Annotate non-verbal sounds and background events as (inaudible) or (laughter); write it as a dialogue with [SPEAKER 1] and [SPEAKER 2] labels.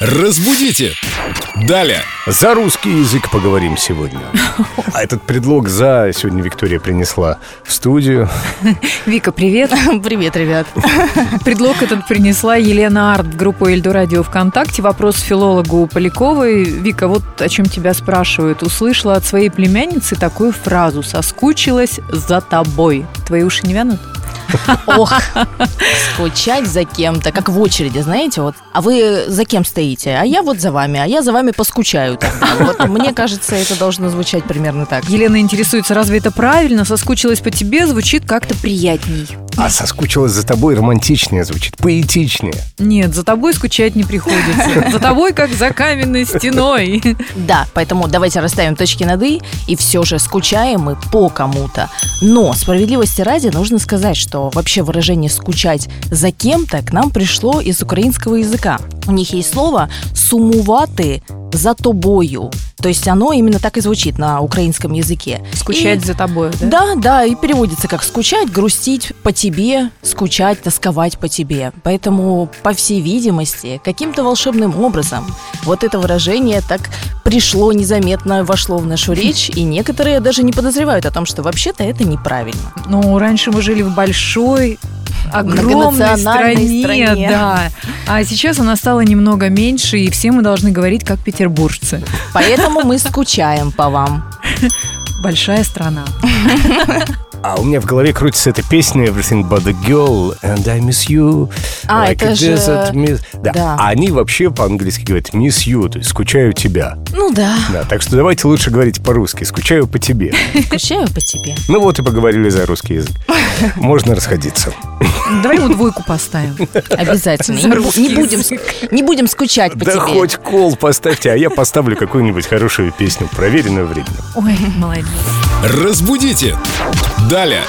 [SPEAKER 1] Разбудите! Далее!
[SPEAKER 2] За русский язык поговорим сегодня. А этот предлог «за» сегодня Виктория принесла в студию.
[SPEAKER 3] Вика, (laughs) привет.
[SPEAKER 4] (laughs) Привет, ребят.
[SPEAKER 3] Предлог этот принесла Елена Арт в группу Эльду Радио ВКонтакте. Вопрос филологу Поляковой. Вика, вот о чем тебя спрашивают. Услышала от своей племянницы такую фразу «соскучилась за тобой». Твои уши не вянут?
[SPEAKER 4] Ох, скучать за кем-то, как в очереди, знаете, вот. А вы за кем стоите? А я вот за вами, а я за вами поскучаю. тогда. Вот мне кажется, это должно звучать примерно так.
[SPEAKER 3] Елена интересуется, разве это правильно? «Соскучилась по тебе» звучит как-то приятней.
[SPEAKER 2] А соскучилась за тобой романтичнее звучит, поэтичнее.
[SPEAKER 3] Нет, за тобой скучать не (laughs) приходится. За тобой, как за каменной стеной.
[SPEAKER 4] Да, поэтому давайте расставим точки над «и», и все же скучаем мы по кому-то. Но справедливости ради нужно сказать, что вообще выражение «скучать за кем-то» к нам пришло из украинского языка. У них есть слово «сумувати за тобою». То есть оно именно так и звучит на украинском языке.
[SPEAKER 3] Скучать
[SPEAKER 4] И-
[SPEAKER 3] за тобой, да?
[SPEAKER 4] Да, да, и переводится как скучать, грустить по тебе, скучать, тосковать по тебе. Поэтому, по всей видимости, каким-то волшебным образом вот это выражение так пришло незаметно, вошло в нашу речь, и некоторые даже не подозревают о том, что вообще-то это неправильно.
[SPEAKER 3] Ну, раньше мы жили в большой, огромной
[SPEAKER 4] Многонациональной
[SPEAKER 3] стране,
[SPEAKER 4] стране.
[SPEAKER 3] да. А сейчас она стала немного меньше, и все мы должны говорить как петербуржцы.
[SPEAKER 4] Поэтому мы скучаем по вам.
[SPEAKER 3] Большая страна.
[SPEAKER 2] А у меня в голове крутится эта песня «Everything but the girl and I miss you».
[SPEAKER 4] А,
[SPEAKER 2] like
[SPEAKER 4] это
[SPEAKER 2] a
[SPEAKER 4] же-
[SPEAKER 2] desert miss». Да.
[SPEAKER 4] Да.
[SPEAKER 2] А они вообще по-английски говорят «miss you», то есть «скучаю тебя».
[SPEAKER 4] Ну да,
[SPEAKER 2] Да, так что давайте лучше говорить по-русски «скучаю по тебе».
[SPEAKER 4] скучаю по тебе.
[SPEAKER 2] Ну вот и поговорили за русский язык. Можно расходиться.
[SPEAKER 3] Давай ему двойку
[SPEAKER 4] (laughs)
[SPEAKER 3] поставим.
[SPEAKER 4] Обязательно. И
[SPEAKER 3] За
[SPEAKER 4] не бу-
[SPEAKER 3] русский
[SPEAKER 4] не, будем, не будем скучать по
[SPEAKER 2] да
[SPEAKER 4] тебе.
[SPEAKER 2] хоть кол поставьте, а я поставлю какую-нибудь хорошую песню, проверенную временем.
[SPEAKER 3] Ой, молодец.
[SPEAKER 1] Разбудите! Далее!